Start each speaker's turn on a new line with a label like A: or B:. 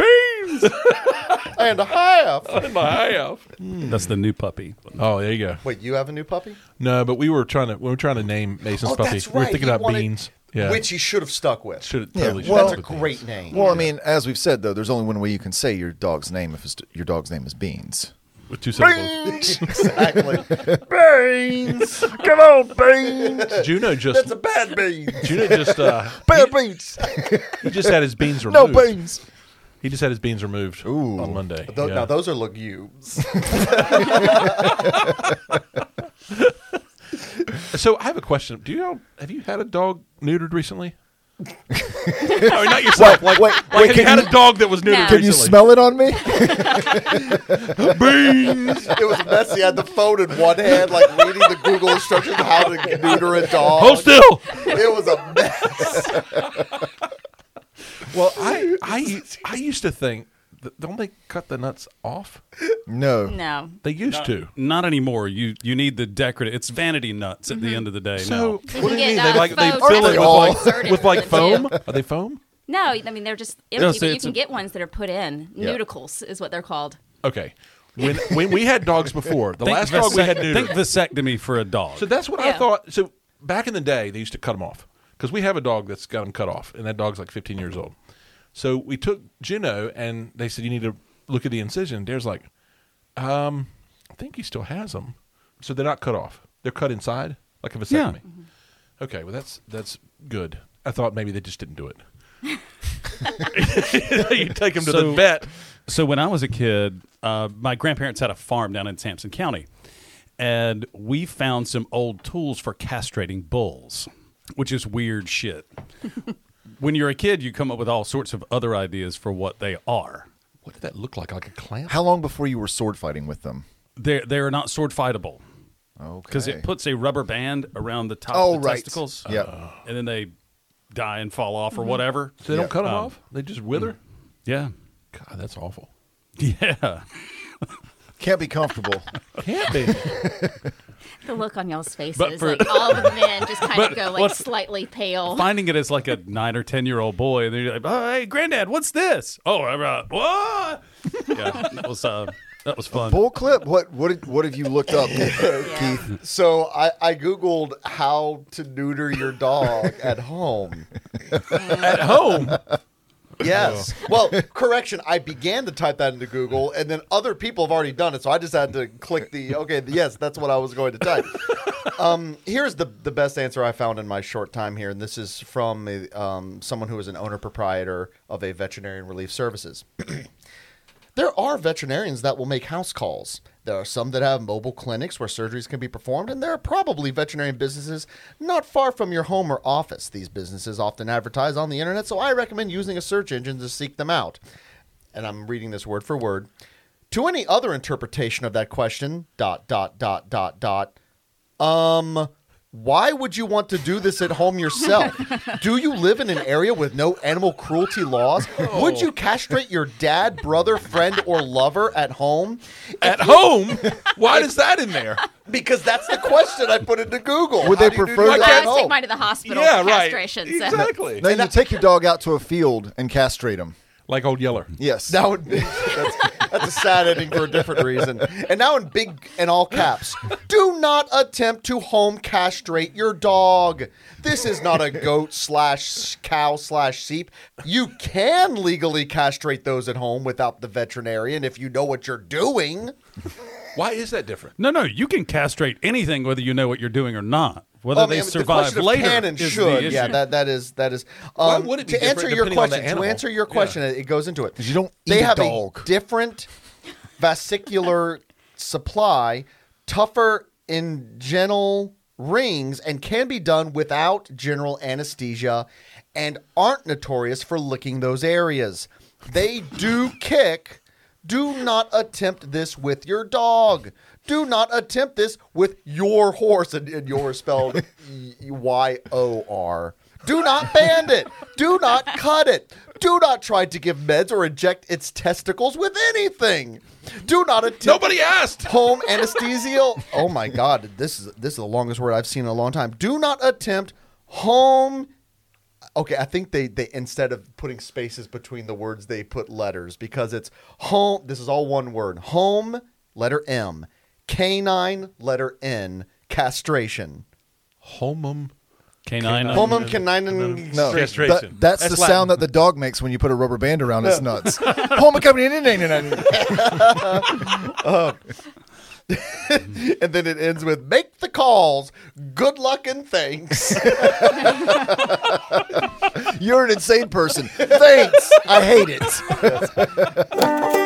A: inches and a half.
B: and a half.
C: Hmm. That's the new puppy.
B: Oh, there you go.
A: Wait, you have a new puppy?
B: No, but we were trying to we were trying to name Mason's
A: oh,
B: puppy.
A: that's right.
B: We were thinking
A: He
B: about
A: wanted-
B: beans. Yeah,
A: Which he should have stuck with.
B: should have
D: Yeah,
B: totally.
D: well-
A: that's a
B: should have stuck with
A: great
B: beans.
A: name.
D: Well, I mean, as we've said though, there's only one way you can say your dog's name if it's, your dog's name is Beans.
B: With two syllables.
A: exactly.
D: Beans, come on, Beans.
B: Juno
A: That's
B: just
A: a bad bean.
B: Juno just uh,
D: Bad beans.
B: he just had his beans
D: No
B: removed.
D: beans.
B: He just had his beans removed on Monday.
A: Tho-
B: yeah.
A: Now those are legumes.
B: So I have a question. Do you all, have you had a dog neutered recently? I mean, not yourself.
D: Wait,
B: like,
D: wait,
B: like
D: wait,
B: have you
D: can
B: had
D: you-
B: a dog that was neutered
D: Can
B: recently?
D: you smell it on me?
B: beans?
A: it was messy. I had the phone in one hand, like reading the Google instructions on how to neuter a dog.
B: Hold still.
A: It was a mess.
B: Well, I I I used to think th- don't they cut the nuts off?
D: No.
E: No.
B: They used to.
C: Not anymore. You you need the decorative. It's vanity nuts at the end of the day.
B: So
C: now.
B: what do you
E: get,
B: mean?
E: uh,
B: they like they
E: faux
B: fill
D: tats
B: it
D: all
B: with like
E: inserted
B: with like
E: in them,
B: foam? Are they foam?
E: No, I mean they're just empty.
C: Yes,
E: but you
C: it's
E: can
C: a-
E: get ones that are put in.
D: Yeah.
E: Nudicles is what they're called.
B: Okay. When when we had dogs before, the
C: Think
B: last dog we
C: vasect-
B: had
C: think
B: neutered.
C: vasectomy for a dog.
B: So that's what I
E: Yeah.
B: thought. So back in the day, they used to cut them off because we have a dog that's got them cut off, and that dog's like 15 years old. So we took Juno, and they said you need to look at the incision. Dare's like, um, I think he still has them. So they're not cut off; they're cut inside, like a vasectomy. Mm-hmm. Okay, well that's that's good. I thought maybe they just didn't do it. you take them to the
C: So-
B: vet.
C: So when I was a kid, uh, my grandparents had a farm down in Sampson County, and we found some old tools for castrating bulls, which is weird shit. when you're a kid, you come up with all sorts of other ideas for what they are.
B: What did that look like? Like a clamp?
D: How long before you were sword fighting with them?
C: They they are not sword fightable
D: Okay.
C: because it puts a rubber band around the top
D: Oh,
C: of the
D: right.
C: testicles, uh,
D: Yep.
C: and then they die and fall off or whatever.
B: So they
D: Yeah,
B: don't cut them
C: um,
B: off; they just wither.
C: Yeah,
B: God, that's awful.
C: yeah.
D: can't be comfortable.
B: Can't be.
E: The look on y'all's faces,
C: But for-
E: like all the men just kind
C: But
E: of go like
C: what's-
E: slightly pale.
C: finding it as like a nine or ten year old boy, and they're like, oh, "Hey, granddad, what's this?" Oh, I'm uh, what? Yeah, that was uh, that was fun.
D: Bull clip. What? What? did- What have you looked up,
E: Yeah.
D: Keith?
A: So I, I googled how to neuter your dog at home.
B: At home,
A: Yes. Oh. Well, correction. I began to type that into Google, and then other people have already done it, so I just had to click the okay. Yes, that's what I was going to type. Um, here's the the best answer I found in my short time here, and this is from a, um, someone who is an owner proprietor of a veterinarian relief services. There are veterinarians that will make house calls. There are some that have mobile clinics where surgeries can be performed, and there are probably veterinarian businesses not far from your home or office. These businesses often advertise on the internet, so I recommend using a search engine to seek them out. And I'm reading this word for word. To any other interpretation of that question, dot, dot, dot, dot, dot, um, why would you want to do this at home yourself? do you live in an area with no animal cruelty laws? Would you castrate your dad, brother, friend, or lover at home?
B: at home. Why is that in there?
A: Because that's the question I put into Google.
D: Would
A: How
D: they
A: do you do
D: prefer
A: that
D: that?
A: at
E: I always
A: home?
E: take mine to the hospital
B: Yeah,
E: for
B: right.
E: castration. So.
B: Exactly.
D: Now you take your dog out to a field and castrate him.
B: Like old Yeller.
D: Yes.
A: That would be that's, that's a sad ending for a different reason. And now in big and all caps, do not attempt to home castrate your dog. This is not a goat slash cow slash sheep. You can legally castrate those at home without the veterinarian if you know what you're doing.
B: Why is that different?
C: No, no, you can castrate anything whether you know what you're doing or not. Whether
A: Well, Oh, I
C: they
A: mean,
C: survive
A: the question of
C: later
A: can and
C: is
A: should.
C: the issue.
A: Yeah, that that is that is.
B: Why
A: Um,
B: would it be
A: to answer
B: different
A: your
B: depending on the
A: question, to
B: animal?
A: answer your
B: Yeah.
A: question, it it goes into it.
D: 'Cause you don't
A: They
D: eat a
A: have
D: dog.
A: different vesicular supply, tougher inguinal rings, and can be done without general anesthesia, and aren't notorious for licking those areas. They do kick. Do not attempt this with your dog. Do not attempt this with your horse, and, and your is spelled Y O R. Do not band it. Do not cut it. Do not try to give meds or inject its testicles with anything. Do not attempt
B: Nobody asked.
A: home anesthesia. Oh my god, this is this is the longest word I've seen in a long time. Do not attempt home okay, I think they they instead of putting spaces between the words, they put letters because it's home. This is all one word: home, letter M, canine, letter N, castration.
B: Homum.
C: Canine.
A: Homum canine.
D: No,
B: Castration.
D: that- that's,
B: That's
D: the
B: Latin.
D: sound that the dog makes when you put a rubber band around its nuts. Home company,
A: and then it ends with make the calls. Good luck and thanks.
D: you're an insane person. Thanks, I hate it.